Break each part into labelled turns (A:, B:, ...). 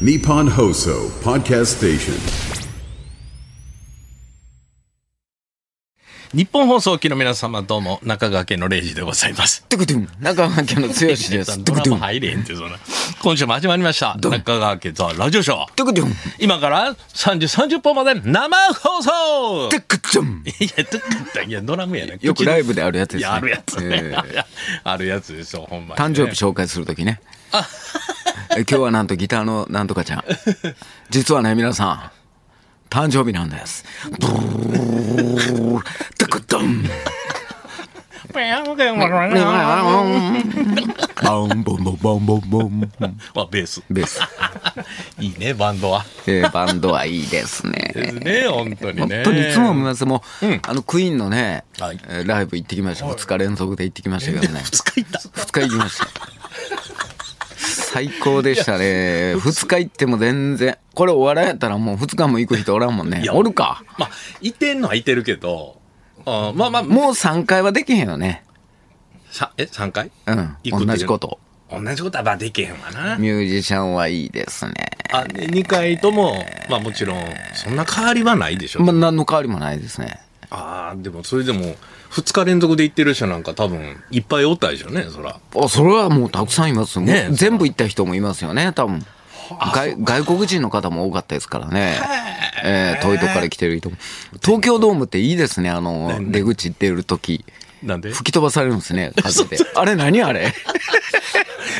A: Nippon Hoso Podcast Station.
B: 日本放送機の皆様どうも中川家の0時でございます。
C: トゥクトゥン中川家の剛です
B: 皆さんドラマ入れへんってそんな。今週も始まりました。中川家ザラジオショー。
C: トゥクトゥン
B: 今から3時30分まで生放送
C: トゥクトゥン
B: いや、どっかいや、ドラムやね。
C: よくライブであるやつで
B: い
C: すね
B: や、あるやつね。
C: え
B: あるやつですよ、ほんまにね、
C: 誕生日紹介するときねえ今日はなんとギターのなんとかちゃん実はね皆さん誕生日なんですブルートゥクトゥンバンボンボンボンボンボン
B: あ、ベース。
C: です、
B: いいね、バンドは。
C: えーバンドはいいです
B: で
C: ね
B: すね、本当に
C: 本
B: ね。
C: 当にいつも思いますもう、あのクイーンのね、
B: はい
C: えーライブ行ってきました2日連続で行ってきましたけどね
B: 2日行った。
C: 2日行きました最高でしたね2日行っても全然これお笑いやったらもう2日も行く人おらんもんね
B: いや
C: おるか
B: まあ、いてんのはいてるけど、あまあまあ、
C: もう3回はできへんよね
B: さえ、3回
C: うん
B: 行くけど
C: 同じこと
B: 同じことはまあできへんわな。
C: ミュージシャンはいいですね
B: あ、ね二回とも、まあもちろん、そんな変わりはないでしょ。
C: まあ何の変わりもないですね
B: ああ、でもそれでも、二日連続で行ってる人なんか多分、いっぱいおったでしょうね、そら。
C: あそれはもうたくさんいます
B: ねえ
C: もう全部行った人もいますよね多分外外国人の方も多かったですからね、えー遠いとこから来てる人も東京ドームっていいですねあの出口出る時
B: なんで
C: 吹き飛ばされるんで すね風であれ何あれ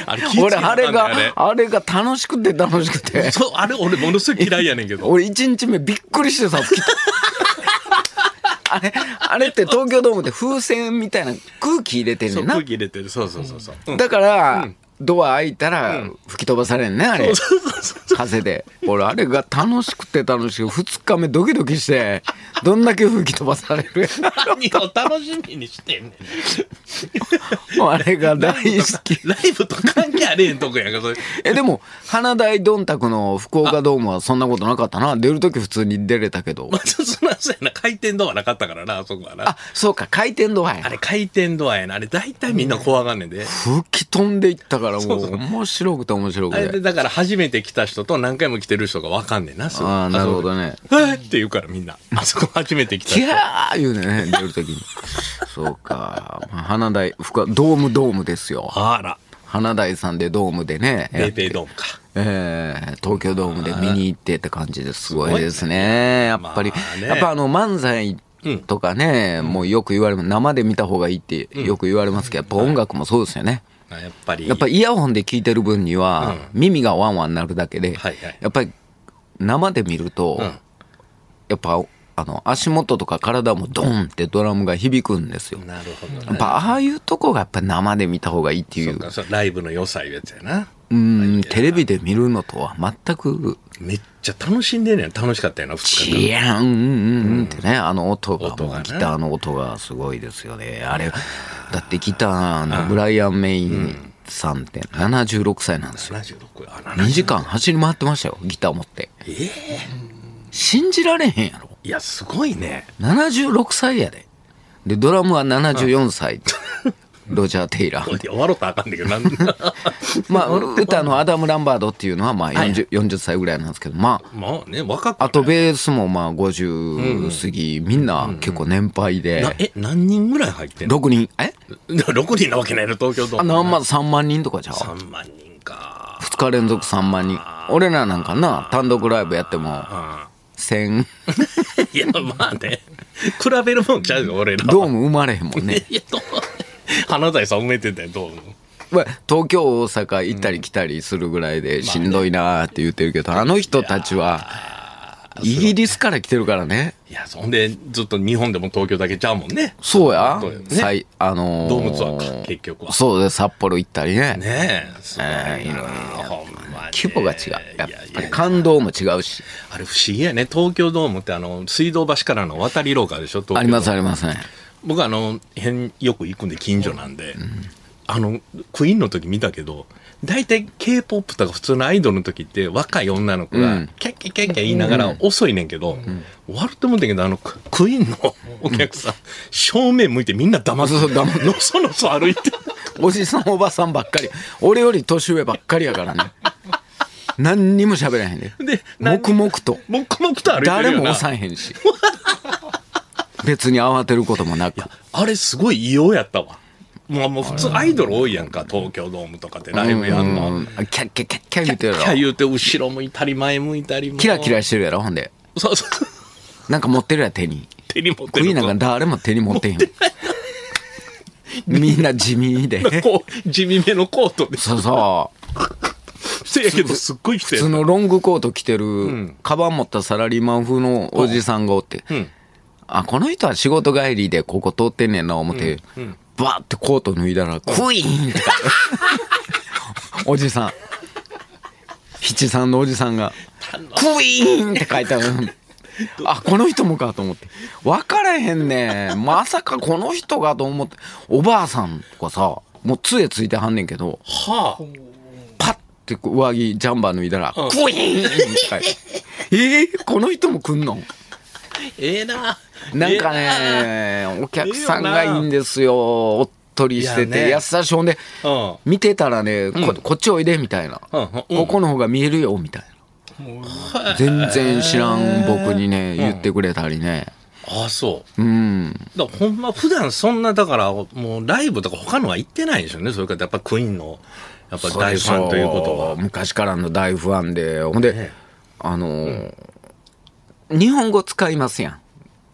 B: あれ、
C: 俺あれが
B: あれ。
C: あれが楽しくて楽しくて
B: そう、あれ俺ものすごい嫌いやねん けど。
C: 俺1日目びっくりしてさ吹き飛あれあれって東京ドームで風船みたいな空気入れてる
B: そ
C: ね
B: うん
C: な
B: 空気入れてる。そうそうそうそう。うん
C: だから、ドア開いたら吹き飛ばされんねあれ
B: そうそうそう
C: 風で俺あれが楽しくて楽しく2日目ドキドキしてどんだけ吹き飛ばさ れる
B: 何を楽しみにしてんねん。
C: もうあれが大好き
B: ライブと関係あれへんとこやんか、それ。
C: えでも花大どんたくの福岡ドームはそんなことなかったな出る時普通に出れたけど
B: まあ、ちょっとそんなそうやな。回転ドアなかったからな、あそこはな。
C: あそうか回転ドアや
B: あれ回転ドアやな。あれ大体みんな怖がんねんで。
C: 吹き飛んでいったから
B: そ
C: も
B: うそう
C: う面白くて面白く
B: あれで
C: て
B: だから初めて来た人と何回も来てる人が分かんねんな、すごい
C: ああなるほどね。
B: あそこでえーって言うからみんな。あそこ初めて来た
C: キ
B: 人。
C: ャー言うね出る時にそうか、まあ、花大福岡ドームドームですよ
B: あら、
C: 花大さんでドームでね
B: ペイペイドームか。
C: えー東京ドームで見に行ってって感じですごいですね。やっぱり、
B: まあね
C: やっぱあの漫才とかね、もうよく言われます。生で見た方がいいってよく言われますけど、やっぱ音楽もそうですよね。
B: あやっぱり。
C: やっぱイヤホンで聞いてる分には、耳がワンワンなるだけで、
B: はいはい
C: やっぱり生で見ると、
B: ん
C: やっぱあの足元とか体もドンってドラムが響くんですよ。
B: なるほど
C: やっ
B: ね。
C: ぱああいうとこがやっぱ生で見た方がいいってい
B: そう
C: う
B: かそうライブの良さいうやつやな。
C: うん、テレビで見るのとは全く
B: めっちゃ楽しんでんねん。楽しかったよな、2日間。
C: いやうんうんうんってね、あの音が
B: 音
C: も
B: が
C: う
B: ね
C: ギターの音がすごいですよねあれだってギターのブライアン・メインさんって76歳なんですよ
B: 76あ、
C: 2
B: 7
C: 時間走り回ってましたよギター持って
B: ええ
C: 信じられへんやろ
B: いや、すごいね。
C: 76歳やででドラムは74歳ロジャー・テイラ
B: こ
C: ー
B: れで終わろうとあかんねんけど、 なん
C: まあ歌のアダム・ランバードっていうのはまあ 40, 40歳ぐらいなんですけどまあ
B: まあね、若くない
C: あとベースもまあ50過ぎ、みんな結構年配で、
B: なえ、何人ぐらい入ってんの
C: 6人え
B: ?6 人なわけないの、東京ドー
C: あ
B: ム。
C: 何万3万人とかじゃう
B: 3万人 か。
C: 2日連続3万人俺らなんかな単独ライブやっても1000
B: いや、まあね。比べるもんちゃうよ、俺らは。
C: ドーム生まれへんも んね
B: いや、どう花大さん埋めてたよ、どうも。
C: まあ東京大阪行ったり来たりするぐらいでしんどいなーって言ってるけどあの人たちはイギリスから来てるからね
B: いや、そんで、ずっと日本でも東京だけちゃうもんね。
C: そうや
B: そうよね
C: さいあの
B: ドームツアーか結局は
C: そうで札幌行ったりね
B: ねえ、すごいな。
C: えーいろいろ
B: ほんまに
C: 規模が違うやっ
B: いやい
C: ぱり
B: や
C: 感動も違うし
B: あれ不思議やね。東京ドームって、あの、水道橋からの渡り廊下でしょ、東京ドー
C: あ
B: ム
C: りますありますね
B: 僕あの辺よく行くんで近所なんで、あのクイーンの時見たけど大体 k p o p とか普通のアイドルの時って若い女の子
C: う
B: が
C: ん
B: キャッキャッキャッキャ言いながら遅いねんけど、終わると思うんだけどあのククイーンのお客さん、正面向いてみんな黙って
C: そうそう黙っ
B: のそのそ歩いて
C: おじさんおばさんばっかり俺より年上ばっかりやからね何にも喋らへんで
B: で何
C: 黙々と
B: 黙々と歩いてるよな
C: 誰も押さへ んし別に慌てることもなく
B: あれすごい異様やったわ。もうもう普通アイドル多いやんか、東京ドームとかでライブやんの。
C: うんキャッキャッキャッキャッ言うて
B: キ
C: る
B: ャ
C: や
B: ッ
C: ろ
B: 言うて後ろ向いたり前向いたりもう
C: キラキラしてるやろほんで
B: そうそう
C: なんか持ってるやん手に
B: 手に持って
C: ク
B: る
C: イーンなんか誰も手に持ってへん みんな地味で
B: こう地味めのコートで
C: そうそう
B: せやけどすっごい
C: 普
B: 人
C: 通
B: やっ
C: のロングコート着てる、カバン持ったサラリーマン風のおじさんがおって、
B: ん
C: あこの人は仕事帰りでここ通ってんねんな思って、バーってコート脱いだら、クイー ンっておじさん七三のおじさんが「クイーン!」って書いてあるあこの人もかと思って分からへんねんまさかこの人がと思っておばあさんとかさもう杖ついてはんねんけど
B: たは
C: パッてこう上着ジャンバー脱いだら、クイーンって書いて えー、この人も来んの
B: あええな
C: なんか
B: え
C: ね、お客さんがいいんですよ。おっとりして
B: い
C: て、
B: や
C: 優
B: ね
C: しい。ほんで、
B: えな
C: 見てたらね、ここっちおいで、みたいな。
B: うん
C: こ
B: うん
C: この方が見えるよ、みたいな。全然知らん僕にね、言ってくれたりね。
B: うんあそう
C: うん。
B: だからほんま普段そんなだからもうライブとか他のは行ってないでしょうねそれからやっぱクイーンのやっぱ大ファンということ
C: そう
B: は
C: 昔からの大ファンで、ほんで
B: え、
C: あのー、日本語使いますや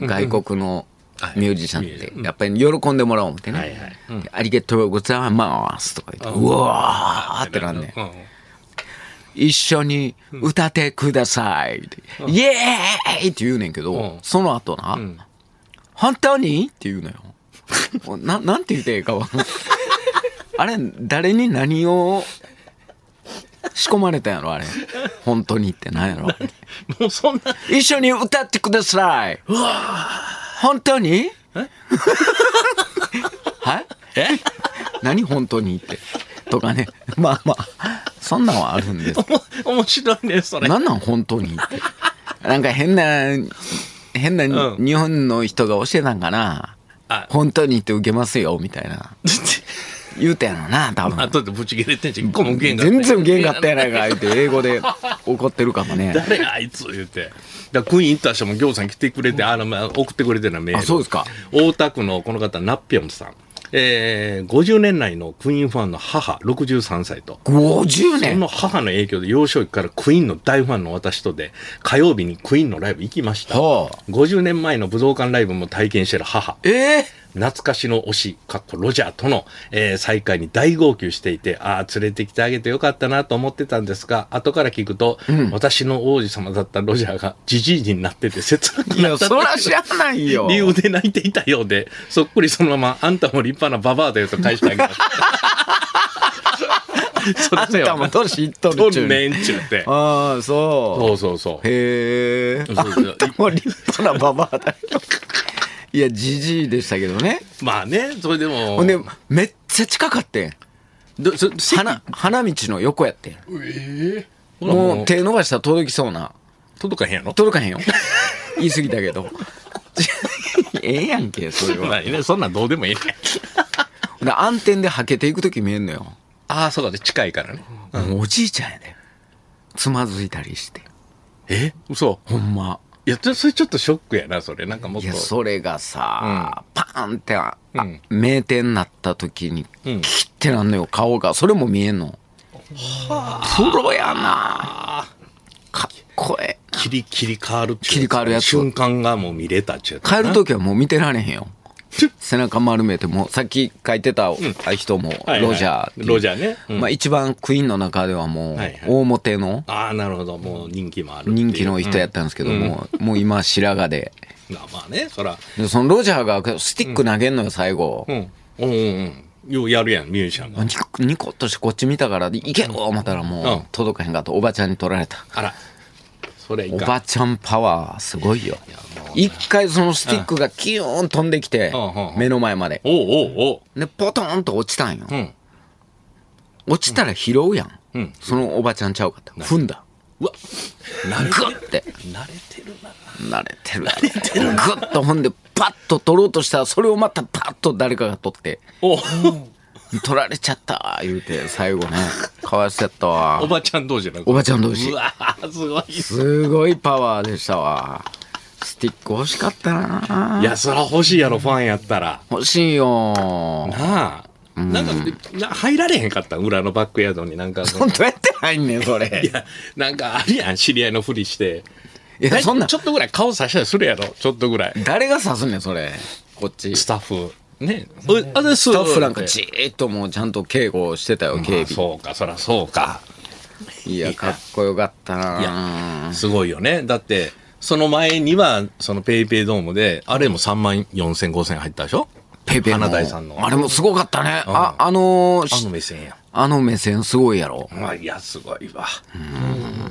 C: ん。外国のミュージシャンって。やっぱり喜んでもらおうって
B: はいはい
C: ね。ありがとうございますとか言って、うわーってなんねん。
B: うん
C: 一緒に歌ってくださいって、イエーイって言うねんけど、
B: ん
C: その後な、本当にって言うのよ。 もうななんて言っていいかわかんないあれ、誰に何を仕込まれたんやろ、あれ。本当にってなんやろ。
B: もうそんな
C: 一緒に歌ってください。本当にはいえ何本当にって。とかね。まあまあ、そんなんはあるんですけど
B: お面白いねそれ
C: なんなん本当にって。なんか変な、変な
B: うん
C: 日本の人が教えたんかな。
B: あ
C: 本当にって受けますよ、みたいな。言うたやろな、多
B: あ
C: 分。
B: とでブチ切れてんじゃん一個も受けんかった
C: 全然受けんかったやないか、言うて英語で怒ってるかもね。
B: 誰やあいつ言って。だからクイーン行った人も行さん来てくれて、あの、まあ送ってくれてるのメール。
C: あそうですか。
B: 大田区のこの方、ナッピョンさん。えー、50年来のクイーンファンの母、63歳と。
C: 50
B: その
C: 年
B: 母の影響で幼少期からクイーンの大ファンの私とで、火曜日にクイーンのライブ行きました。
C: はあ
B: 50年前の武道館ライブも体験してる母。
C: ええ
B: 懐かしの推し、かっこロジャーとの、えー再会に大号泣していて、ああ、連れてきてあげてよかったなと思ってたんですが、後から聞くと、私の王子様だったロジャーがじじいになってて切なく
C: い
B: な
C: や、
B: った
C: そら知らないよ。
B: 理由で泣いていたようで、そっくりそのまま、あんたも立派なババアだよと返してあげました。そ
C: あん
B: せや
C: た
B: わ
C: も年いっとる
B: と
C: っちゅ
B: ん
C: う
B: ね
C: ね。
B: んちゅうて。
C: ああ、そう。
B: そうそうそう。
C: へえ。あ
B: そうそうん
C: たも立派なババアだよ。いや、じじいでしたけどね。
B: まあね、それでも。
C: ほんで、めっちゃ近かってん。
B: どそ席
C: 花、花道の横やってん。
B: ほらも
C: も
B: う
C: う、手伸ばしたら届きそうな。
B: 届かへんやろ
C: 届か へんよ。言い過ぎたけど。 ええやんけ、それは。
B: まあねそんなんどうでもいいね。
C: ほんで暗転ではけていくとき見えんのよ。
B: ああ、そうだね。近いからね。
C: もうおじいちゃんやで。つまずいたりして。
B: え嘘
C: ほんま。
B: いや、ちょそれちょっとショックやな、それ。なんかもっ
C: い
B: と。
C: や、それがさ、パーンって、あ
B: うん
C: 名店になった時に、
B: うん
C: キってなんのよ、顔が。それも見えんの。プロやなかっこええ。
B: 切り、切り替わるっていう
C: 切り替わるやつ
B: 瞬間がもう見れたっちゅうやつ
C: 帰る時はもう見てられへんよ
B: ちょ。
C: 背中丸めて、もうさっき書いてた人も、
B: はい
C: ロジャーっていう
B: ロジャーねうん
C: まあ一番クイーンの中ではもう
B: はいはい、
C: 大表の
B: ああ、なるほど。もう人気もあるっていう。
C: 人気の人やったんですけども、もう今白髪で。
B: うん。まあまあね、そら。
C: でそのロジャーがスティック投げんのよ、最後。
B: うん。うんうんうん。ようやるやん、ミュージシャンが。
C: ニコニコっとしてこっち見たから、いけよ思ったらも
B: うん
C: う、届かへんかと、おばちゃんに取られた。
B: あら。それい
C: お
B: か
C: ば
B: ん。
C: ちゃんパワー、すごいよ。一回そのスティックがキューン飛んできて
B: うんうんう、ん
C: 目の前まで。
B: おうおうおう。
C: で、ポトンと落ちたんよ
B: う。ん。
C: 落ちたら拾うやん。
B: うん。
C: そのおばちゃんちゃうかった。踏んだ。
B: うわ、
C: グッ
B: 慣
C: て。
B: れてるな。
C: 慣れてるやろ。グッと踏んで、パッと取ろうとしたら、それをまたパッと誰かが取って。
B: おう。
C: 取られちゃった言うて、最後ね、かわいそうやったわ
B: お。ばちゃん同士なの
C: おばちゃん同士
B: う。わーすごい。
C: すごいパワーでしたわ。スティック欲しかったない
B: や、そら欲しいやろ、ファンやったら。
C: 欲しいよ。
B: なあ。なんか、な入られへんかったん裏のバックヤードになんか、
C: どうやって入んねん、それ。
B: なんかあるやん、知り合いのふりして。
C: いや、そんな
B: ち、ょっとぐらい顔さしたりするやろ、ちょっとぐらい。
C: 誰が刺すねん、それ。こっち。
B: ス
C: ス
B: タッフ。ね。おあれス
C: タッフなんかじーっともうちゃんと警護してたよ、警
B: あ
C: 備。
B: そうか、そらそうか。
C: いや、かっこよかった
B: い
C: な
B: や、すごいよね。だって、その前には、そのペイペイドームで、あれも3万4千5千入ったでしょ
C: ペイペイの
B: 花大さんの。
C: あれもすごかったね。あ、あのー
B: あ
C: し
B: の目線や。
C: あの目線すごいやろ。
B: まあ、いや、すごいわ。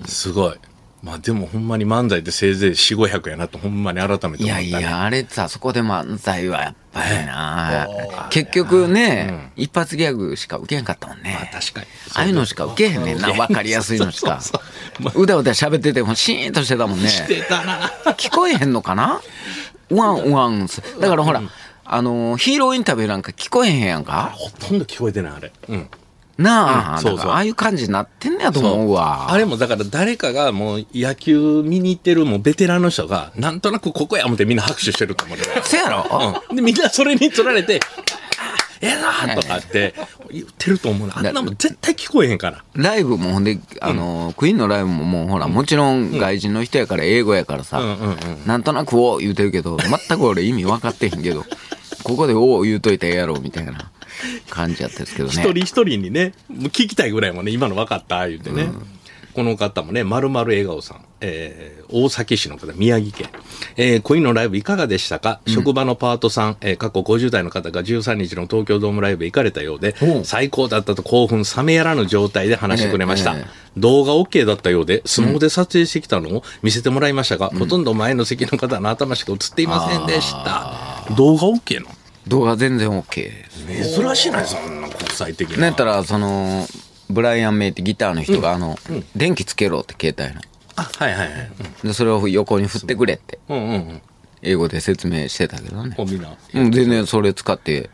B: すごい。まあ、でもほんまに漫才ってせいぜい4、500やなと、ほんまに改めて思った、ね。
C: いやいや、あれさ、そこで漫才はやっぱりな。結局ね、一発ギャグしか受けへんかったもんね。
B: まあ。確かに。
C: ああいうのしか受けへんねんな。わかりやすいのしか
B: そうそう。
C: うだうだ喋っててもシーンとしてたもんね。
B: してたな。
C: 聞こえへんのかなワンワン。だからほら、あのー、ヒーローインタビューなんか聞こえへんやんか。
B: ほとんど聞こえてない、あれ。うん。
C: なあ、
B: うんそうそう
C: だからああいう感じになってんねやと思うわ。
B: あれもだから誰かがもう野球見に行ってるもうベテランの人が、なんとなくここや思ってみんな拍手してると思うね。
C: せやろ、
B: うんで、みんなそれに取られて、ええなとかって言ってると思うな。あんなもん絶対聞こえへんから。
C: ライブもほんで、あのークイーンのライブももうほら、もちろん外人の人やから英語やからさ、
B: うんうんうん
C: なんとなくおう言うてるけど、全く俺意味分かってへんけど、ここでおう言うといたらええやろみたいな感じやったですけど
B: 一
C: ね
B: 人。一人にね、もう聞きたいぐらいもね、今の分かった、言うてね。この方もね、まるまる笑顔さん、えー、大崎市の方、宮城県。えー、恋のライブいかがでしたか、職場のパートさん、えー、過去50代の方が13日の東京ドームライブへ行かれたようで、
C: うん
B: 最高だったと興奮冷めやらぬ状態で話してくれました。
C: えええ
B: 動画 OK だったようで、スマホで撮影してきたのを見せてもらいましたが、ほとんど前の席の方の頭しか映っていませんでした。動画 OK の
C: 動画全然 OK です。
B: 珍しいな、そんな国際的
C: なんや
B: な
C: っ。たら、その、ブライアン・メイってギターの人が、あの、電気つけろって携帯の。
B: あ、はいはいはい。
C: で、それを横に振ってくれって、
B: うんうんうん。
C: 英語で説明してたけどね。
B: コンビナ。
C: うん、全然それ使って。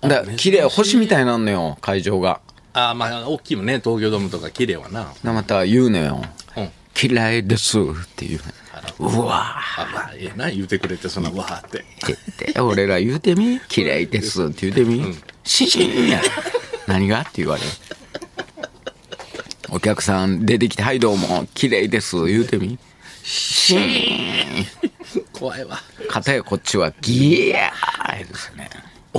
C: だから綺麗、星みたいになんのよ、会場が。
B: あーまあ、大きいもんね、東京ドームとか綺麗はな。
C: でまた言うのよ。
B: うん。
C: 嫌いですっていう。うわ
B: あ、まあ、ええな、言うてくれて、そんな、わーって。
C: ーって言って、 俺ら言うてみ嫌いですって言うてみシンシンや。何がって言われる。お客さん出てきて、はいどうも、綺麗です言うてみシーン。
B: 怖いわ。
C: かたやこっちはギヤーですね。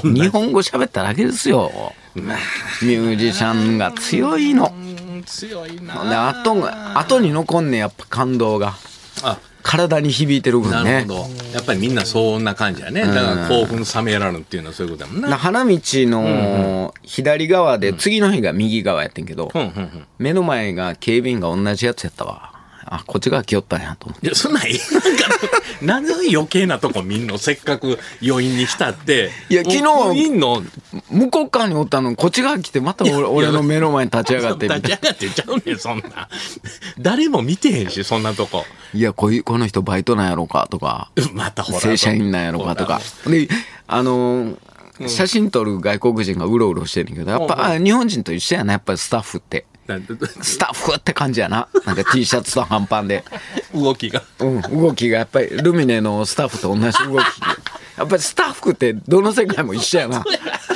C: 日本語喋っただけですよ。ミュージシャンが強いの。
B: うん、強いな。
C: で後が後に残んねんやっぱ感動が
B: あ、
C: 体に響いてる分
B: なる
C: ね
B: ほど。やっぱりみんなそんな感じやね。だから興奮冷めやらぬっていうのはそういうことやもん
C: な
B: な。
C: 花道の左側で次の日が右側やってんけど、
B: うんうんうん。
C: 目の前が警備員が同じやつやったわあこっち側来よったんやと思って
B: いや、そんなんええなんか、なんで余計なとこみんなせっかく余韻に浸って。
C: いや昨日
B: もうクイーンの、
C: 向こう側におったのこっち側来てまた俺俺の目の前に立ち上 がってみたい
B: 立ち上がってちゃうねん、そんな。誰も見てへんし、そんなとこ。
C: いやこいこの人バイトなんやろかとか
B: またほら。
C: 正社員なんやろかとかであのー写真撮る外国人がうろうろしてるけどやっぱ、あ日本人と一緒やなやっぱりスタッフって。
B: なんて
C: スタッフって感じやな。なんか T シャツと半パンで。
B: 動きが。
C: うん、動きがやっぱりルミネのスタッフと同じ動き。 やっぱりスタッフってどの世界も一緒やな。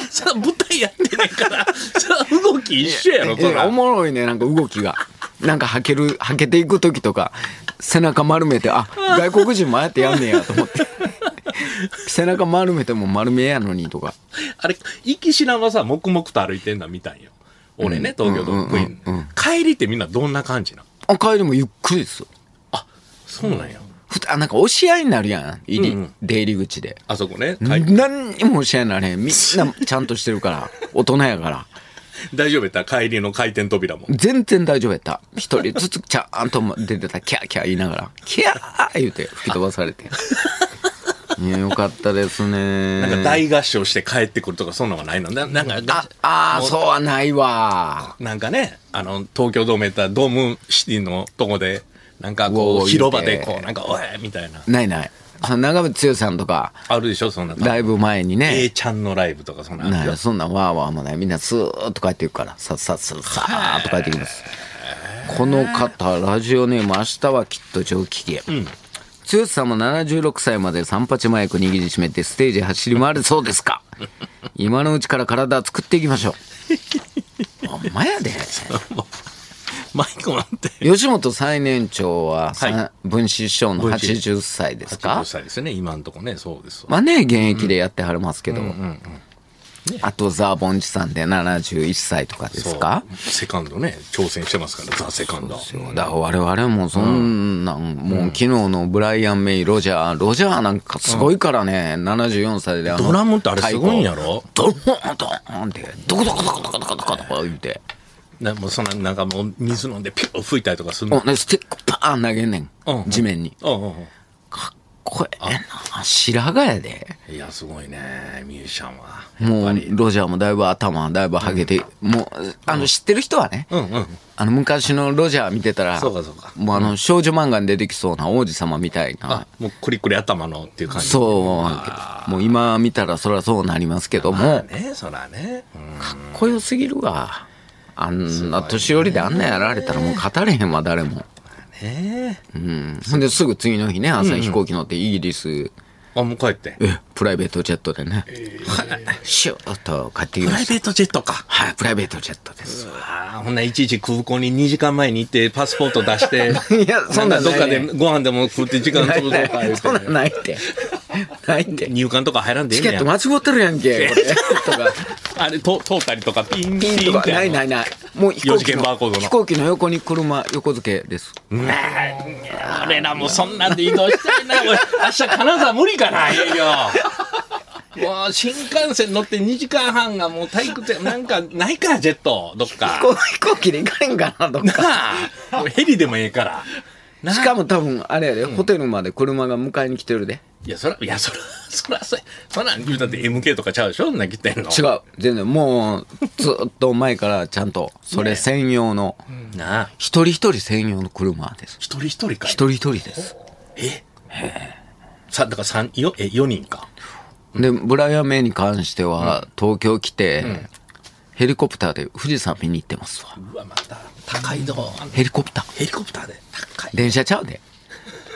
B: そら舞台やってないから、 そら動き一緒やろ、そ
C: いや
B: ら
C: お。もろいね、なんか動きが。なんかはける、はけていく時とか、背中丸めて、あ、外国人もああやってやんねやと思 って。背中丸めても丸見えやのにとか。
B: あれ、行きしなはさ、黙々と歩いてんの見たんよ。俺ね、東京ドームクイーン。帰りってみんなどんな感じなの
C: あ、帰りもゆっくりですよ。
B: あ、そうなんや。
C: ふたあ、なんか押し合いになるやん。入り、
B: うんうん
C: 出入り口で。
B: あそこね、帰り
C: 何にも教えなれへんみんなちゃんとしてるから大人やから
B: 大丈夫やった帰りの回転扉も。
C: 全然大丈夫やった一人ずつちゃんと出てたキャーキャー言いながらキャー言うて吹き飛ばされ ていやよかったですね
B: なんか大合唱して帰ってくるとか、そんなんはないのななんかが
C: あ、あーそうはないわ
B: なんかね、あの、東京ドームやったらドームシティのとこで、なんか
C: うおう
B: こう、
C: 言うて
B: 広場でこう、なんか、おいみたいな。
C: ないないその長渕剛さんとか、
B: あるでしょ、そんな。
C: ライブ前にね、
B: A ちゃんのライブとか、そんな。
C: なんやそんなんわーわーもないみんなスーッと帰っていくからさっさっさっさーっと帰ってきますこの方ラジオネーム明日はきっと上機嫌、剛さんも76歳まで三八マイク握りしめてステージ走り回るそうです か今のうちから体作っていきましょうほんまやで
B: マイクもあって。
C: 吉本最年長は、
B: はい
C: さ分子師匠の
B: 分子
C: 80歳ですか
B: 80歳ですね、今んとこね、そうです。
C: まあね、現役でやってはりますけど、あとザ・ボンジさんで71歳とかですか
B: そうセカンドね、挑戦してますから、ザ・セカンド。
C: だから我々もそんなん、もう昨日のブライアン・メイ、ロジャー、ロジャーなんかすごいからね、74歳であの
B: ドラムってあれすごいんやろ
C: 太鼓ドローンドーンって、ドコドコドコドコドコドコドコ言って、
B: なもうそんな、なんかもう水飲んでピュー吹いたりとかする
C: お
B: の。
C: ねスティックパーン投げんねん
B: うん、
C: 地面に。
B: うんうん
C: かっこええな、白髪やで。
B: うん。いや、すごいね、ミュージシャンは。
C: もう、ロジャーもだいぶ頭、だいぶハゲて、もう、あの、知ってる人はね、
B: うんうん。
C: あの、昔のロジャー見てたら、
B: そうかそうか
C: もうあの、少女漫画に出てきそうな王子様みたい
B: あ
C: な、、
B: もうクリクリ頭のっていう感じ。
C: そう、もう今見たらそりゃそうなりますけど
B: まあ
C: も、
B: ね、そらね。うん
C: こよすぎるわ。あんな年寄りであんなやられたらもう語れへんわ、誰も。
B: ねえ
C: うん。ほんで、すぐ次の日ね、朝飛行機乗ってイギリス、
B: あ、もう帰って。
C: えプライベートジェットでね、シューッと帰ってき
B: プ
C: ま
B: ライ
C: した。
B: ベートジェットか。
C: はい、プライベートジェットです。
B: ああ、ほんないちいち空港に2時間前に行って、パスポート出して、
C: いやそんなん
B: どっか
C: ない
B: で
C: ね
B: ご飯でも食って時間
C: な
B: 飛ぶ
C: いな
B: とか言
C: いそんな
B: うん
C: ないって。 ないって
B: て。。入管とか入らんでい
C: チ
B: いね
C: ケ
B: や
C: ット間違ってるやんけ。これとか、
B: あれ、と通ったりとか、ピン。
C: ピンとか。ないないいない。もう飛
B: 四
C: 行
B: 次
C: 機
B: 元バーコー
C: の
B: ドの
C: 飛行機の横に車横付けです。
B: 俺らもそんなんで移動したいな。俺明日金沢無理かな、営業。 もう新幹線乗って2時間半がもう退屈や。なんかないか、ジェット、どっか。
C: こう飛行機で行かれんかなとか。
B: なあ、 もうヘリでもええから。なあ
C: しかも多分あれやで、ホテルまで車が迎えに来てるで。
B: いや、そら、いや、そら、そら、そら、そら、言うたって MK とかちゃうでしょそんなん来てんの。
C: 違う。全然もうずっと前からちゃんとそれ専用の、
B: う。なあ。
C: 一人一人専用の車です。
B: 一人一人かい。
C: 一人一人です。
B: さ、だから三、よ、え、四人か。
C: で、ブライアン・メイに関しては、東京来て、ヘリコプターで富士山見に行ってますわ。
B: うわ、また、高いぞ。
C: ヘリコプター。
B: ヘリコプターで。高い。
C: 電車ちゃうで。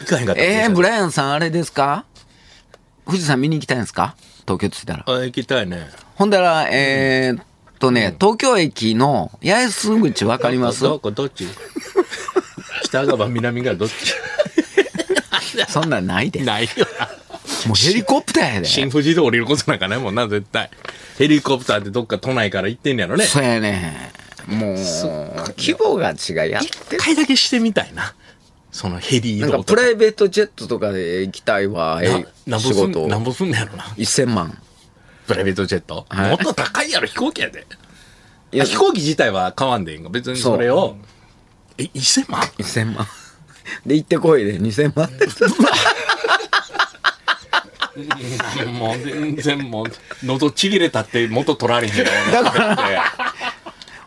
B: 行かへんかった。
C: えー、ブ
B: ラ
C: ライアンさんあれですか富士山見に行きたいんですか東京着いたら。
B: あ、行きたいね。
C: ほんだら、えーっとね、東京駅の八重洲口わかります
B: どこ、どっち 北側、南側、どっち
C: そんなんないで。も
B: ないよな。
C: うヘリコプターやで。
B: 新富士で降りることなんかないもんな、絶対。ヘリコプターってどっか都内から行ってんねやろね。
C: そうやね。もう、規模が違いやって
B: 一回だけしてみたいな。そのヘリ移
C: な
B: 動
C: ん
B: と
C: かプライベートジェットとかで行きたいわ、え
B: ななんぼ
C: 仕
B: すん
C: 事。
B: なんぼすんねやろな。
C: 1000万。
B: プライベートジェット、
C: はい
B: もっと高いやろ、飛行機やで。
C: いや
B: 飛行機自体は買わんでいいんか。別にそれを。え、1000万
C: 1000万。 で、行ってこいで、2000 万です。
B: もう全然もう、喉ちぎれたって元取られへんよ。だから。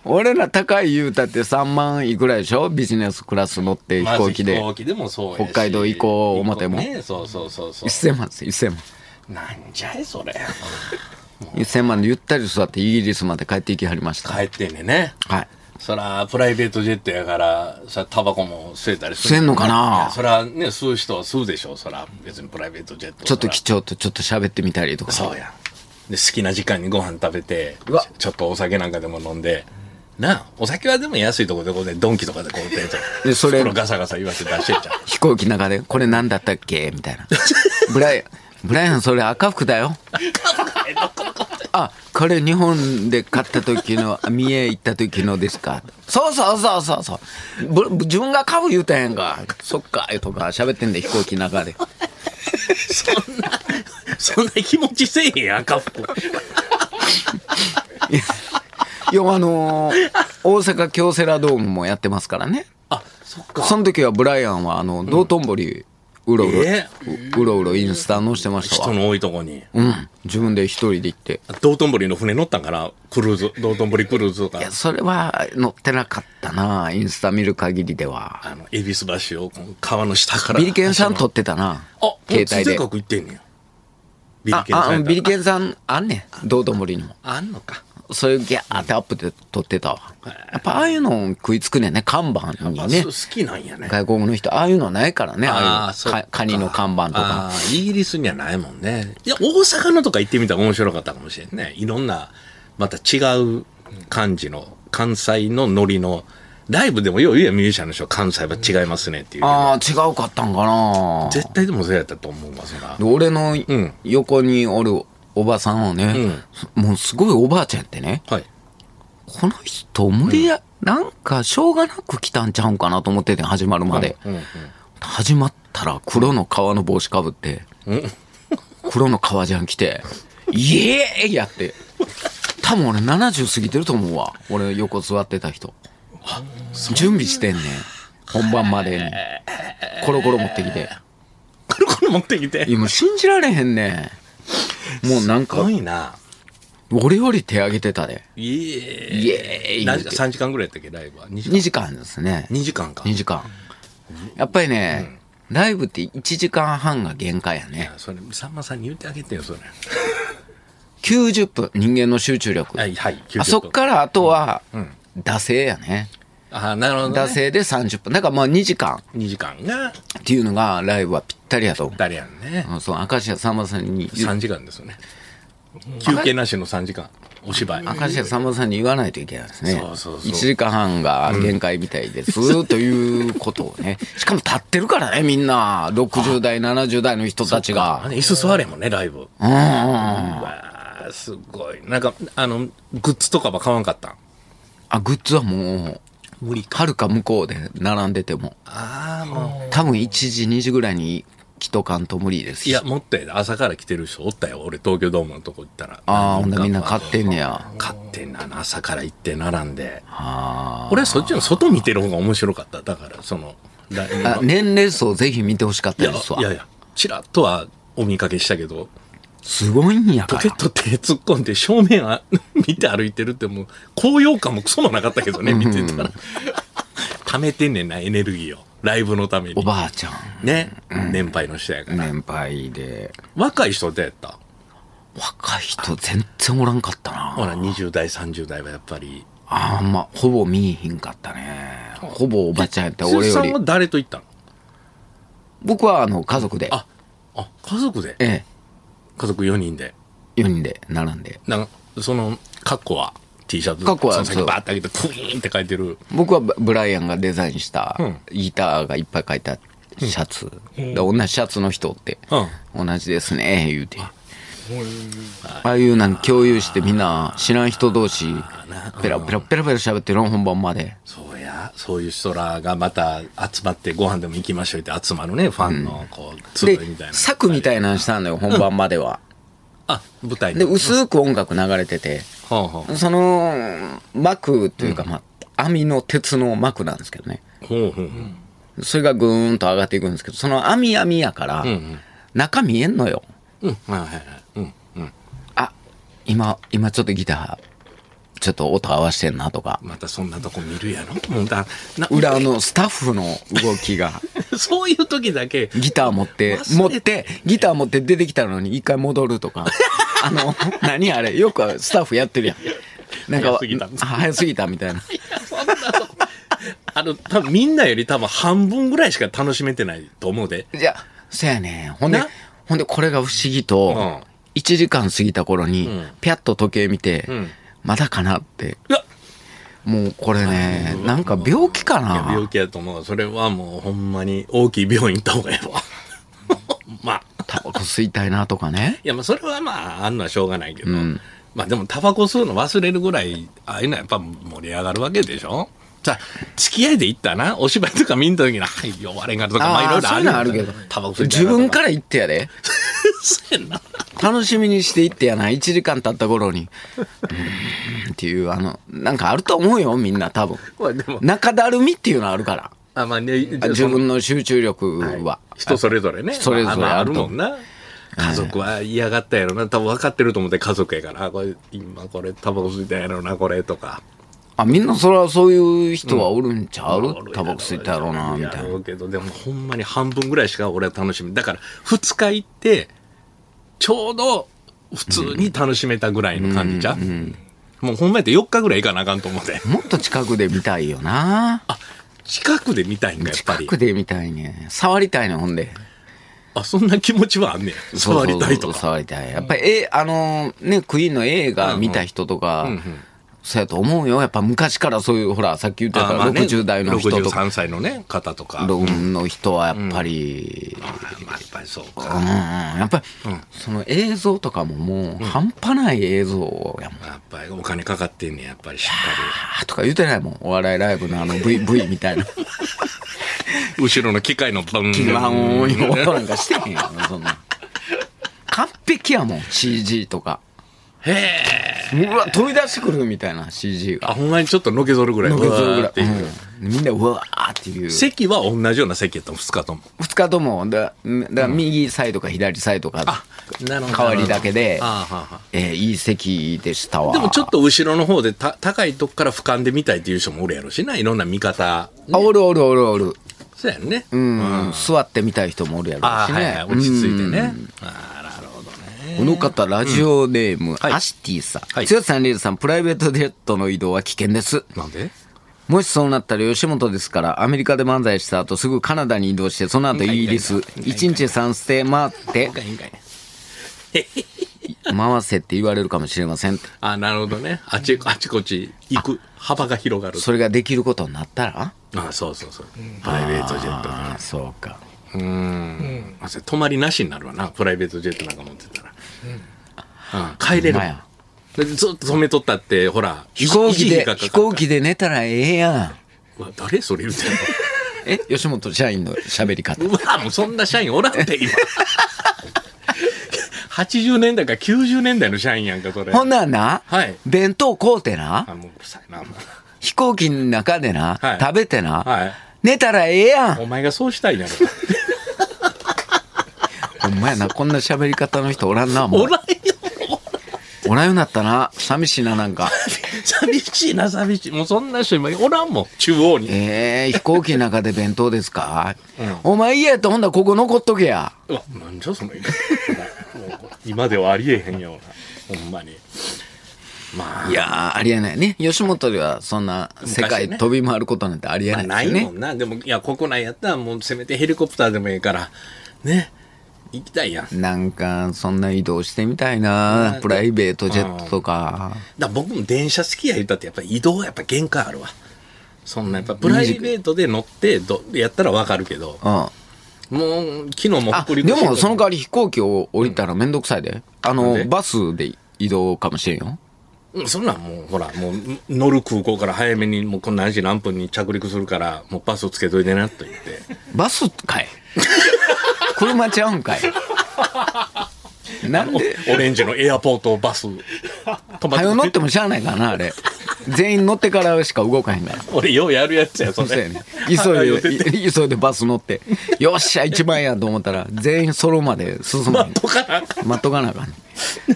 C: 俺ら高い言うたって3万いくらでしょビジネスクラス乗って飛行機で
B: まず飛。行機でもそうやし
C: 北海道行こう思ても
B: ねそうそうそうそう。
C: 1000万です、1000万。
B: なんじゃいそれ。
C: 1000万でゆったり座ってイギリスまで帰っていきはりました。
B: 帰ってんねんね。
C: はい。
B: そら、プライベートジェットやから、さ、タバコも吸えたりする。
C: 吸えんのかない
B: やそら、ね、吸う人は吸うでしょ。そら、別にプライベートジェット。
C: ちょっと
B: そら
C: 貴重とちょっと喋ってみたりとか。
B: そうやんで好きな時間にご飯食べて
C: うわ
B: ちょっとお酒なんかでも飲んでなあお酒はでも安いとこでこうねドンキとかでこうて
C: でそれ
B: 袋ガサガサ言わせて出してっちゃ
C: 飛行機の中で、これ何だったっけみたいな。ブライアン、ブライアンそれ赤服だよ。あ、これ日本で買った時の、三重行った時のですか。そうそうそうそうそう。ぶ自分が買う言うたやんか。そっか、とか喋ってんで飛行機の中で。
B: うそんな気持ちせえへん赤服
C: いや、あのー大阪京セラドームもやってますからね。
B: あそっか
C: その時はブライアンは、あの、道頓堀うろうろ、
B: え
C: ううろうろインスタ載してました
B: 人
C: わ。
B: の多いとこに。
C: うん。自分で一人で行って。
B: 道頓堀の船乗ったんかなクルーズ、道頓堀クルーズとか
C: いや、。それは載ってなかったな、インスタ見る限りでは。
B: あの、恵比寿橋をこの川の下から。
C: ビリケンさん撮ってたな。
B: あ、
C: 携
B: 携
C: 帯
B: 帯で。。
C: で
B: 行ってんねや。ビ
C: あ、あビリ
B: ン。
C: ケンさんあんねん。道頓堀にも。
B: あんのか。
C: そういうギャーってアップで撮ってたわ。やっぱああいうの食いつくねんね、看板に
B: あ
C: ね
B: そう。好きなんやね。
C: 外国の人、ああいうのないからね、ああいう
B: そう
C: かカニの看板とか。
B: あーイギリスにはないもんね。いや、大阪のとか行ってみたら面白かったかもしれんね。いろんな、また違う感じの、関西のノリの、ライブでもよう言うやんミュージシャンの人は関西は違いますねっていうけど。
C: ああ、違うかったんかな。
B: 絶対でもそうやったと思うわ、そら
C: で。俺の
B: ん
C: 横におるおばさんをね、もうすごいおばあちゃんやってね、
B: はい。
C: この人無理や、なんかしょうがなく来たんちゃうんかなと思ってて、始まるまで。
B: うんうん
C: 始まったら黒の革の帽子かぶって、黒の革ジャン 着て、イエーイやって。多分俺70過ぎてると思うわ。俺横座ってた人。準備してんねん。本番までに。 コロコロ持ってきて。
B: これこれ持ってきて。
C: いやもう信じられへんねん。もうなん
B: すご
C: か、
B: いな。
C: 俺より手上げてたで。
B: いえ
C: イエーイ
B: 何時間 ?3 時間ぐらいやったっけ、ライブは。2時間
C: 2時間ですね。
B: 二時間か。
C: 2時間。やっぱりね、ライブって1時間半が限界やね。
B: それ、さんまさんに言ってあげてよ、それ。
C: 90分、人間の集中力。
B: はい、はい、
C: あそっ
B: ら。
C: からあとは、惰性やね。
B: あ、なるほど、
C: 惰
B: ね。
C: 性で30分。だからまあ2時間
B: 2時間が、
C: っていうのがライブはぴったりやと思
B: 誰やんね。
C: う。そう、明石家さんまさんに言う、
B: 3時間ですよね。休憩なしの3時間。お芝居。
C: 明石家さんまさんに言わないといけないですね。
B: そうそうそう
C: 1時間半が限界みたいです、ということをね。 しかも立ってるからね、みんな。60代、70代の人たち
B: あ
C: が。
B: れ、椅子座れもんね、ライブ。う
C: うん
B: わーすごい。なんか、あの、グッズとかは買わんかったん
C: あ、グッズはもう、無理はるか向こうで並んでても。
B: ああ、も
C: 多分1時、2時ぐらいに来とかんと無理です
B: う。いや、もっとやで朝から来てる人おったよ。俺、東京ドームのとこ行ったら。
C: ああ、ほんでみんな
B: 買
C: 買ってんねや。
B: ってんな、朝から行って並んで。
C: あ
B: 俺、そっちの外見てる方が面白かった。だから、その、ライブ
C: ーあ年齢層ぜひ見てほしかっ
B: い
C: た
B: や
C: ですわ
B: い。やいや、ちらっとはお見かけしたけど、
C: すごいんやか
B: ポケ
C: ら
B: ッ。ト手突っ込んで正面あ 見て歩いてるってもう、高揚感もクソもなかったけどね、見てたら。溜めてんねんな、エネルギーを。ライブのため
C: お
B: に。
C: ばあちゃん、
B: ね。年配の人やから。
C: 年配で。
B: 若い人どうやった
C: 若い人全然おらんかった
B: ほ
C: な。
B: ら、20代、30代はやっぱり。
C: あんま、ほぼ見えひんかったね。ほぼおばちゃんやった
B: 鈴
C: 俺
B: 木
C: よ
B: さん
C: り
B: は。誰と行ったの
C: 僕はあの、家族で、
B: あ、あ、家族で
C: え
B: 家族4人で。
C: え、4人で並んで。
B: なんか、その、カッコは T シャツ。
C: カッコは
B: その先
C: そう
B: バーって上げて、クイーンって書いてる。
C: 僕はブブライアンがデザインした
B: うん
C: ギターがいっぱい書いたシャツ。で同じシャツの人って、同じですね、言うて。ああいうなんか共有してみんな知らん人同士、ペラペラペラペラ喋ってるの本番まで。
B: そうや、そういう人らがまた集まってご飯でも行きましょうって集まるね、ファンのこう、集い
C: で
B: みたい、な。
C: 柵みたいなのしたのよ、本番までは。
B: あ、舞台に。
C: で、薄く音楽流れてて、
B: ほうほう
C: その幕というか、まあ、網の鉄の幕なんですけどね。
B: ほうほう
C: それがぐーんと上がっていくんですけど、その網網やから、中見えんのよ。
B: うん、はいはいはい。うん。
C: あ、今、今ちょっとギター、ちょっと音合わせてんなとか。
B: またそんなとこ見るやろもうだ、な、
C: 裏のスタッフの動きが、
B: そういう時だけ、
C: ギター持って、持
B: 忘
C: っ
B: れ
C: て、ギター持って出てきたのに一回戻るとか。あの、何あれ、よくスタッフやってるやん。なんか、
B: 早すぎた
C: あ早すぎたみたいな。
B: あの、多分みんなより多分半分ぐらいしか楽しめてないと思うで。
C: じゃそやね。ほんで
B: な、
C: ほんでこれが不思議と、
B: うん
C: 1時間過ぎた頃に、ぴゃっと時計見て、
B: ん
C: まだかなって。
B: うわ
C: もうこれね、なんか病気か
B: いや病
C: な。
B: 気やと思う。それはもうほんまに大きい病院行った方がええわ。 まあ。
C: タバコ吸いたいなとかね。
B: いや、まあ、それはまあ、あんのはしょうがないけど、
C: ん
B: まあ、でも、タバコ吸うの忘れるぐらい、ああいうのはやっぱ盛り上がるわけでしょさあ、付き合いで行ったな、お芝居とか見んときに、 はい、呼ばれんがるとか、まあ、いろいろ
C: そう
B: あ
C: い
B: る
C: うのあるけど。
B: タバコ吸いたい
C: 自
B: なと
C: 分から言ってやで。
B: そうやんな。
C: 楽しみにしていってやな。1時間経った 頃に。うーんっていう、あの、なんかあると思うよ、みんな、多分
B: まあでも。
C: 中だるみっていうのあるから。
B: あ、まあね、
C: あ自分の集中力は、
B: 人それぞれね。
C: それぞ
B: まあ
C: れ
B: まああ
C: あ
B: る
C: る
B: も
C: と
B: んな。家族は嫌がったやろな。多分分かってると思って家族やから、あこれ、今これ、タバコ吸いたやろな、これ、とか。
C: あみんなそれはそういう人はおるんちゃう、
B: 俺
C: タバコ吸いたやろうなみたい
B: や
C: な
B: ろうけど、でもほんまに半分ぐらいしか俺は楽しみ。だから、二日行って、ちょうど普通に楽しめたぐらいの感じじゃん。もうほんまやって4日ぐらい行かなあかんと思って。
C: もっと近くで見たいよな
B: あ、近くで見たいんか、やっぱ
C: 近
B: り
C: く。で見たいね触りたいねほんで
B: あ、そんな気持ちはあんねん。触りたいと
C: そうそうそう
B: か。
C: 触りたいやっぱり、えあのねクイーンの映画見た人とか、そうやと思うよやっぱ昔からそういうほらさっき言ってた
B: あまあね
C: 60代の人とか
B: 63歳のね、方とか。
C: 論の人はやっぱり、
B: あまあ、やっぱりそう
C: うんうん
B: か。
C: やっぱり、その映像とかももう半端ない映像やもん、
B: やっぱりお金かかってんねん、やっぱりしっか
C: あーとか言うてないもんお笑いライブのあの V, v み たいな
B: り。後ろの機械のバン。
C: 乱音用なんかしてへ んやろそんな完璧やもん CG とか
B: へえ。
C: うわ飛び出してくるみたいな CG
B: あ、
C: が
B: ほんまにちょっとのけぞるぐらい。
C: のけぞ
B: うわー
C: るぐら
B: って
C: い、
B: いう
C: うんみんなうわーっていう
B: 席は同じような席やったの、2日とも。
C: 2日ともだだから右サイドか左サイドか
B: なる
C: 変わりだけで
B: あーはーは
C: えーいい席でしたわ
B: ーでもちょっと後ろの方でた高いとこから俯瞰で見たいっていう人もおるやろしな、いろんな見方。
C: あおるおるおるおる
B: そうやんね。
C: うん、座ってみたい人もおるやろ
B: ああ、
C: うし
B: は
C: ね、
B: いはい、落ち着いて
C: うん
B: ね。あーなるほどね。
C: この方ラジオネーム、
B: はい
C: アシティさん、
B: はい
C: 剛さんリーズさんプライベートデートの移動は危険です
B: なんで
C: もしそうなったら吉本ですからアメリカで漫才した後すぐカナダに移動してその後イギリス1日3ステ回って
B: いいんかい。
C: 回せって言われるかもしれません
B: あ、なるほどね。あち、あちこち行く幅が広がる。
C: それができることになったら
B: あそうそうそう。プライベートジェットね。
C: ああそうか
B: うん。あ、それ泊まりなしになるわな。プライベートジェットなんか持ってたら。うん。帰れる
C: ほんまや。
B: でずっと止めとったって、ほら、
C: 飛行機
B: 維持
C: で
B: 費がかか
C: 飛
B: るから
C: 行機で寝たらええや
B: うわ誰それ言うてんの
C: んえ吉本社員の喋り 方
B: うわ、もうそんな社員おらんて、今。80年代か90年代の社員やんか、それ。
C: ほんならな、
B: はい
C: 弁当買うてな
B: あ、もううるさいな、も
C: 飛行機の中でな、
B: はい
C: 食べてな、
B: はい
C: 寝たらええや
B: う。
C: ん
B: お前がそうしたいんやろ。
C: ほんまやなこんな喋り方の人おらんなも
B: お
C: う
B: らんよ。
C: おらんようになったな寂しいななんか
B: 寂しいな、寂しい。もうそんな人今おらんもん、中央に。
C: えー、飛行機の中で弁当ですか、
B: ん
C: お前家やったらほんならここ残っとけや
B: うわ、なんじゃその言い方もう 今ではありえへんような。ほんまに。まあ、
C: いやーありえないね吉本ではそんな世界
B: 昔ね
C: 飛び回ることなんてありえ
B: まあ
C: な
B: ないい
C: ですよ
B: も
C: ね、
B: んな。でも、いや、国内やったらもうせめてヘリコプターでもいいから、ね。行きたいやん。
C: なんか、そんな移動してみたいな、プライベートジェットとか。
B: だから僕も電車好きや言ったってやっぱり移動はやっぱ限界あるわそんなやっぱプライベートで乗ってどやったらわかるけど
C: うん。
B: もう昨日も
C: あ、
B: 北
C: で
B: 陸
C: も、その
B: の
C: 代わり飛行機を降りたらめんどくさいで。あ
B: なん
C: の
B: で、
C: バスで移動かもしれんよ。
B: そんなんもうほらもう乗る空港から早めにもうこんな何時何分に着陸するからもうバスをつけといてなと言って
C: バスかい車ちゃうんかいなんで、
B: オレンジのエアポートバス止ま
C: はよ乗
B: っ
C: って
B: て
C: もしゃあないからな、あれ。全員乗ってからしか動かへんから。
B: 俺ようやるやつやそ
C: そう
B: れ
C: やね。急いで、 い急いでバス乗って、よっしゃ、一番やと思ったら、全員揃うまで進まへん。
B: とかな
C: 待っとかなあかんね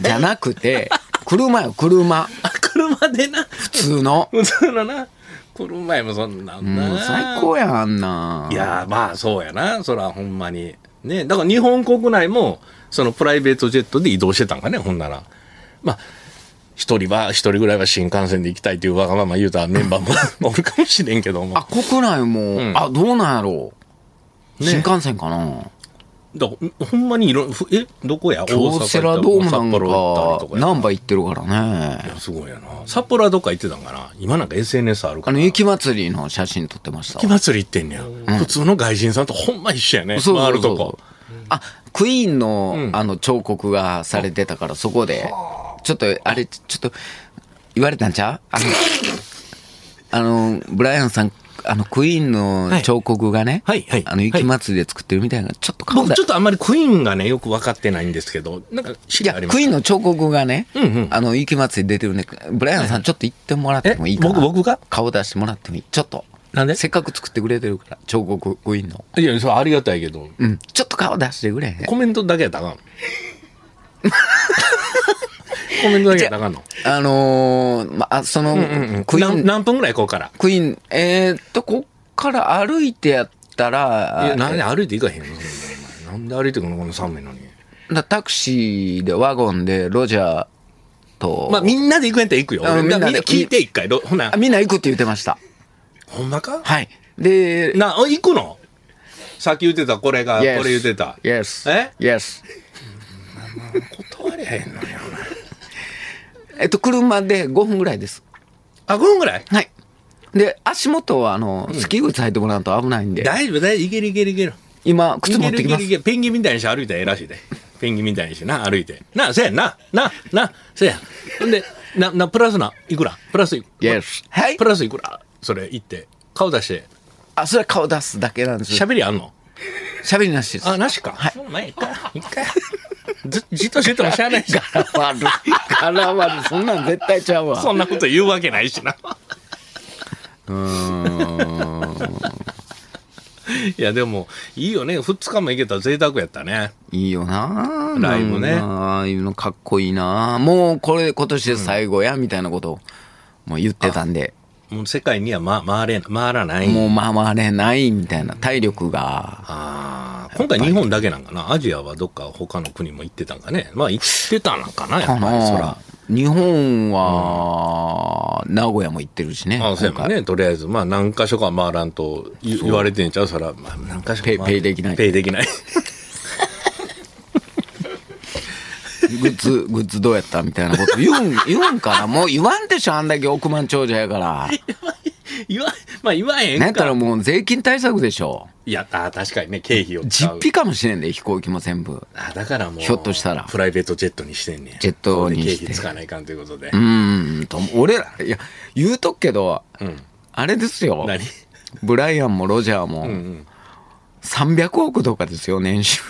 C: んじゃなくて、車よ、車。
B: 車でな
C: 普通の。
B: 普通のな車やもそんなんな、
C: もう最高やん、あんな。
B: いやーまあそうやなそらほんまにねだから日本国内もそのプライベートジェットで移動してたんかねほんならまあ一人は一人ぐらいは新幹線で行きたいというわがまま言うたメンバーも おるかもしれんけども
C: あ、国内も、
B: ん
C: あ、どうなんやろう。
B: ね
C: 新幹線かな。
B: だからほんまにいろんふえどこや大阪行
C: 京
B: った
C: セラドームなん
B: 札幌行ったりとか
C: か、
B: や
C: 難波行ってるから
B: い
C: ね。
B: やすごいやな札幌はどっか行ってたんかな今なんか SNS あるか
C: あ
B: ら
C: の、雪祭りの写真撮ってました
B: 雪
C: わ。
B: 祭り行ってんねや、普通の外人さんとほんま一緒やね
C: そう
B: 回
C: そう
B: る
C: そ
B: とこ
C: う。あ、クイーンの
B: う、ん
C: あの、彫刻がされてたから、そこで、ちょっと、あれ、ちょっと、言われたんちゃう あの、あの、ブライアンさん、あの、クイーンの彫刻がね、
B: はいはいはい
C: あの、雪祭りで作ってるみたいな、ちょっと顔
B: 僕
C: だ
B: ちょっとあんまりクイーンがねよく分かってないんですけどなんか知
C: い
B: り
C: や、
B: あります
C: クイーンの彫刻がね、
B: んうん
C: あの、雪祭り出てるんで、ブライアンさんちょっと行ってもらってもいいかな。
B: え僕僕が
C: 顔出してもらってもいい。ちょっと。
B: なんで
C: せっかく作ってくれてるから、彫刻クイーンの。
B: いや、それはありがたいけど、
C: うん。ちょっと顔出してくれへん。
B: コメントだけやったらあかん。 コメントだけやったらあかんの。
C: あのー、まあ、その、クイー
B: 何
C: ン、
B: 何分ぐらいここから。
C: クイーン、えーっと、こっから歩いてやった
B: い
C: ら
B: や、、なんで歩いていかへんのそんなお前なんで歩いてくのこの寒いのに。
C: だタクシーでワゴンでロジャーと、
B: まあ、みんなで行くんやったら行くよ。
C: あ
B: 俺みん
C: みんな
B: な
C: で
B: 聞いて一回。ろほな
C: あ、みんな行くって言ってました。
B: ほんまか
C: はい。で、
B: な、あ行くのさっき言ってたこれが、こ
C: Yes
B: れ言ってた。
C: Yes.
B: え
C: Yes.
B: 断れへんのよ。
C: えっと、車で5分ぐらいです。
B: あ、5分ぐらい
C: はい。で、足元は、あの、スキー靴履いてもらうと危ないんで、
B: 大丈夫、大丈夫。いけるいけるいける。
C: 今、靴持ってきま
B: いけ
C: す。
B: るいけるいけるペンギンみたいにして歩いたらええらしいで。ペンギンみたいにしてな、歩いて。な、せやんな、な、な、せやん。ほんで、な、な、プラスな、いくらプラスいく
C: Yes. はい
B: プ。ラスいくらそれ言って。顔出して。
C: あ、それは顔出すだけなんですよ。
B: 喋りあんの
C: 喋りなしです。
B: あ、なしか。はい。前一回。一回。ずじっとしててもしゃあないし。
C: 悪い。から悪い。そんなん絶対ちゃう わ。
B: そんなこと言うわけないしな。いや、でも、いいよね。2日も行けたら贅沢やったね。
C: いいよなあ
B: ライブね
C: なんかああいうのかっこいいなあもうこれ今年で最後や、みたいなことをもう言ってたんで、
B: もう世界には、ま、回れ、回らない。
C: もう回れないみたいな、体力が。
B: あー今回日本だけなんかなアジアはどっか他の国も行ってたんかねまあ行ってたなんかなやっぱりそら
C: あ。の日本は、名古屋も行ってるしね。
B: あそうやもん
C: 今
B: ね。とりあえず、まあ何箇所か回らんと言言われてんちゃうそら、まあ何箇所か回
C: ペイペイできない
B: ペイできない。
C: 回グッズ、グッズどうやったみたいなこと言うん、言うんかなもう言わんでしょ、あんだけ億万長者やから。
B: 言わ、まあ言わへん
C: なんや
B: か。
C: ったらもう税金対策でしょ。
B: いや、あー確かにね、経費を使
C: 実
B: う。
C: 費かもしれんで、飛行機も全部。
B: あーだからもう、
C: ひょっとしたら
B: プライベートジェットにしてんねん
C: ジェットにし
B: そ
C: て
B: れで経費使わないかんということで。
C: うーんと、俺ら、いや、言うとくけど、あれですよ。
B: 何
C: ブライアンもロジャーも、300億とかですよ、年収。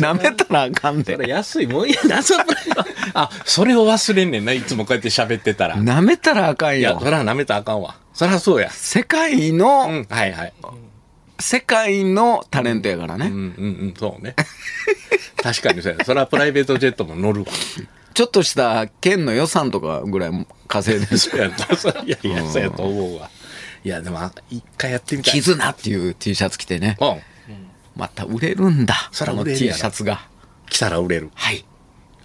C: なめたらあかん
B: それ
C: で。
B: 安いもんやな、それ。あ、それを忘れんねんな、いつもこうやって喋ってたら。
C: なめたらあかん
B: いや、そ
C: よ。
B: ら舐めたらあかんわ。そらそうや。
C: 世界の、
B: うん、はいはい。
C: 世界のタレントやからね。
B: うんうんうん、そうね。 確かにそうや。そらプライベートジェットも乗るわ。
C: ちょっとした県の予算とかぐらい稼いで る。
B: そうやった。そういやいや、そうやと思うわ。いや、でも、あ一回やってみたい。
C: 絆っていう T シャツ着てね。
B: うん。
C: また売れるんだ。
B: そ
C: そ
B: ら
C: の
B: 売れ
C: T
B: る
C: シ
B: やろ
C: ャツが。
B: 来たら売れる。
C: はい。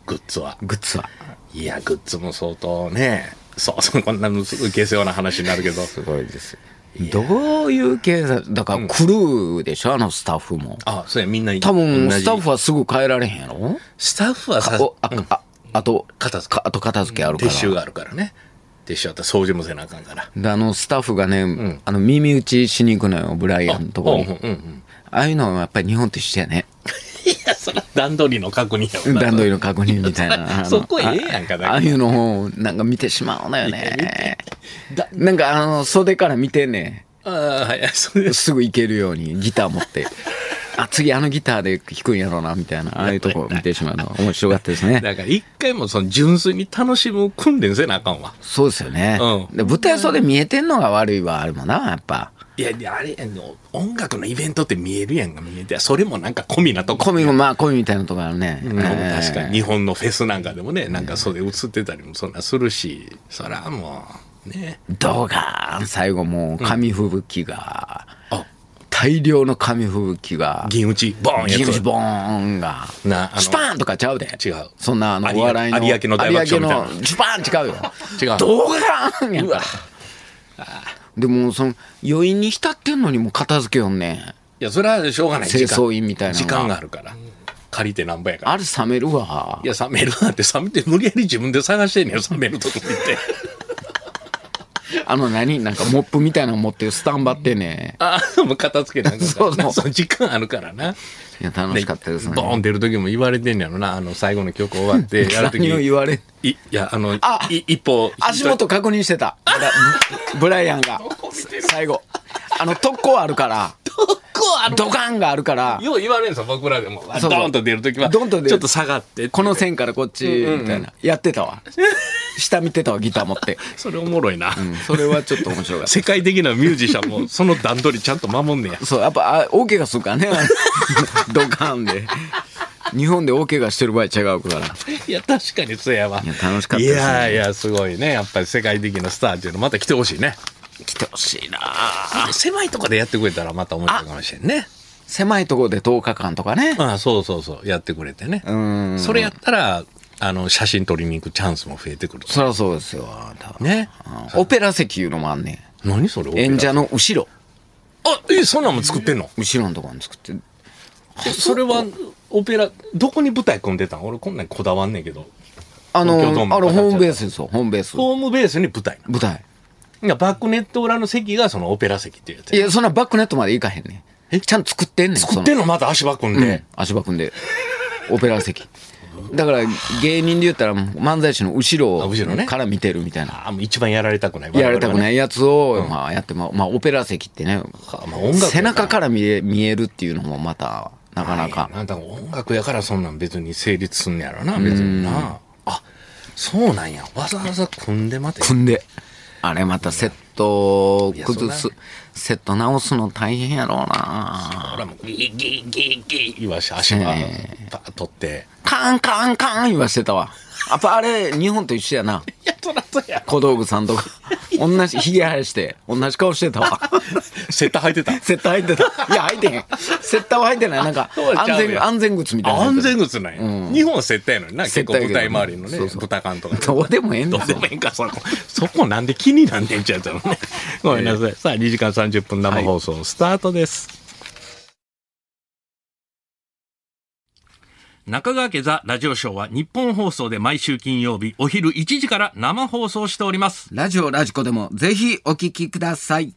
B: グッズは。
C: グッズは。
B: いや、グッズも相当ね。そうそう、こんなのすぐ下世話な話になるけど。
C: ごいですどういう経済だからクルーでしょ、あのスタッフも。
B: あ、そうや、みんな
C: 多分、スタッ
B: フ。
C: フはすぐ変えられへんやろ
B: スタッフはさ、
C: おあ、
B: うん
C: ああと、
B: 片付け
C: かあと片付けあるか
B: 撤
C: ら。
B: 収があるからね。撤収あったら掃除もせなあかんから。
C: であの、スタッフがね、あの、耳打ちしに行くのよ、ブライアンのとこに。
B: うんうんうん。
C: ああいうのはやっぱり日本と一緒やね。
B: いや、そら段取りの確認やわな
C: 段取りの確認みた いな。あの
B: そこええやんかだから
C: あああいうのを、なんか見てしまうのよね。なんかあの、袖から見てね、
B: ああ、はい、そうです。
C: すぐ行けるようにギター持って。 あ、次あのギターで弾くんやろうな、みたいな。ああいうとこ見てしまうの 面白かったですね。
B: だから一回もその純粋に楽しむ訓練せなあかんわ。
C: そうですよね。
B: うん
C: で舞台袖見えてんのが悪いわ、あれもな、やっぱ。
B: いや、いやあれやの、音楽のイベントって見えるやんが見えて、それもなんか込みなとこ。
C: コミも、まあコミみたいなとこあるね。
B: うん
C: えー
B: 確かに日本のフェスなんかでもね、なんか袖映ってたりもそんなするし、そらもう、ね。
C: ドガーン最後もう、紙吹雪が、
B: あ、
C: 大量の紙吹雪が、
B: 銀打ち、ボーン
C: ギ
B: や
C: ム
B: つ
C: シ。ボーンが、
B: なあの
C: スパーンとかちゃうで。
B: 違う
C: そんな、あの、
B: 有明
C: お笑いの。
B: 有明の大爆笑みたいな
C: 有明のスパーン違うよ。
B: 違う
C: ドガーンやん
B: うわ。
C: でも、その、余韻に浸ってんのにも片付けよんね。
B: いや、それはしょうがない。
C: 清掃
B: 時間
C: 員みたいなの
B: 時
C: は
B: 間があるから。借りてなんぼやから。
C: あれ冷めるわ
B: い。や、冷めるなんて、冷めて無理やり自分で探してんねんよ、冷めるとこ見て。
C: あの何、なんかモップみたいなの持ってるスタンバってね。
B: ああ、もう片付けなんかんからな
C: そうそう
B: そう時間あるからな。
C: いや、楽しかったですね。
B: ボーン出る時も言われてんねやろな、あの、最後の曲終わっ て、やる時
C: 何を言われ
B: いいや、あの、
C: あ
B: い一歩、
C: 足元確認してた。 ブラブブライアンが。最後。あの、特攻あるから。
B: どこあの
C: ドカンがあるから
B: よう言われるんですよ、僕らでも。あ
C: そうそう
B: ドーンと出るときは。
C: ドンと出る
B: ちょっと下がってっていう。
C: この線からこっちみたいなやってた わ下見てたわギター持って
B: それおもろいな。
C: うんそれはちょっと面白かった
B: 世界的なミュージシャン も、その段取りちゃんと守んねや。
C: そうやっぱあ大怪我するからね ドカンで日本で大怪我してる場合違うから
B: いや、確かにそうやわ。
C: いや楽しかったですね
B: いやいや、すごいね。やっぱり世界的なスターっていうのまた来てほしいね。
C: 来てほしいな
B: 狭いとこでやってくれたらまた面白いかもしれんね。
C: 狭いところで10日間とかね
B: ああそうそうそう。やってくれてね。
C: うん
B: それやったら、あの、写真撮りに行くチャンスも増えてくると。
C: そりゃそうですよ多分
B: ね。
C: うんオペラ席いうのもあんねん
B: 何それ
C: 演者。の後ろ
B: あ、え、そんなんも作ってんの
C: 後ろのところに作って
B: えそれは、オペラ、どこに舞台組んでたん俺こんなんこだわんねんけど。
C: あの
B: 東京ドーム
C: あ
B: かか
C: の
B: っちゃう
C: ホームベースですよホームベース
B: ホームベースに舞台なの
C: 舞台
B: いやバックネット裏の席がそのオペラ席っていうやつ
C: いやそんなバックネットまで行かへんねんちゃんと作ってんねん
B: 作ってん
C: の
B: のまた足場組ん
C: う
B: で
C: ん。足場組んでオペラ席だから芸人で言ったら漫才師の後
B: あ
C: ろ
B: 後ろね
C: から見てるみたいな
B: ああ、もう一番やられたくない。。
C: やられたくないいやつをまあやってままあオペラ席ってね
B: あまあ音楽やから
C: 背中から見え見えるっていうのもまたなかなか
B: なんだ音楽やからそんなん別に成立すんねやろな、別にな。あ、そうなんや。わざわざ組んでまて。
C: 組んであれまたセットを崩
B: いやそ
C: す
B: うだ
C: セット直すの大変やろうな
B: ほらもうギーギーギーギー言わして足場
C: ね
B: パーッとって。
C: カンカンカン言わしてたわやっぱあれ日本と一緒やない
B: や、とらとや。
C: 小道具さ んとか同じひげ生やして同じ顔してたわ
B: セッター履いてた。
C: セッター入ってたいや入ってへんセッターは入ってないなんか
B: そうちゃう
C: 安
B: や
C: 全
B: ん
C: 安全靴みたいな
B: あ安全
C: 靴
B: 靴なんや。日本はセッターやのにな。結構
C: セッター
B: 舞
C: やけど
B: 台周りのね
C: そうそ、う
B: 豚缶とかね。
C: どうでもええん
B: ど
C: だ
B: うでもいいか、そこ。そこなんで気になんねんちゃう のね。ごめんなさい。さあ、2時間30分生放送スタートです。中川家ザラジオショーは日本放送で毎週金曜日お昼1時から生放送しております。
C: ラジオラジコでもぜひお聞きください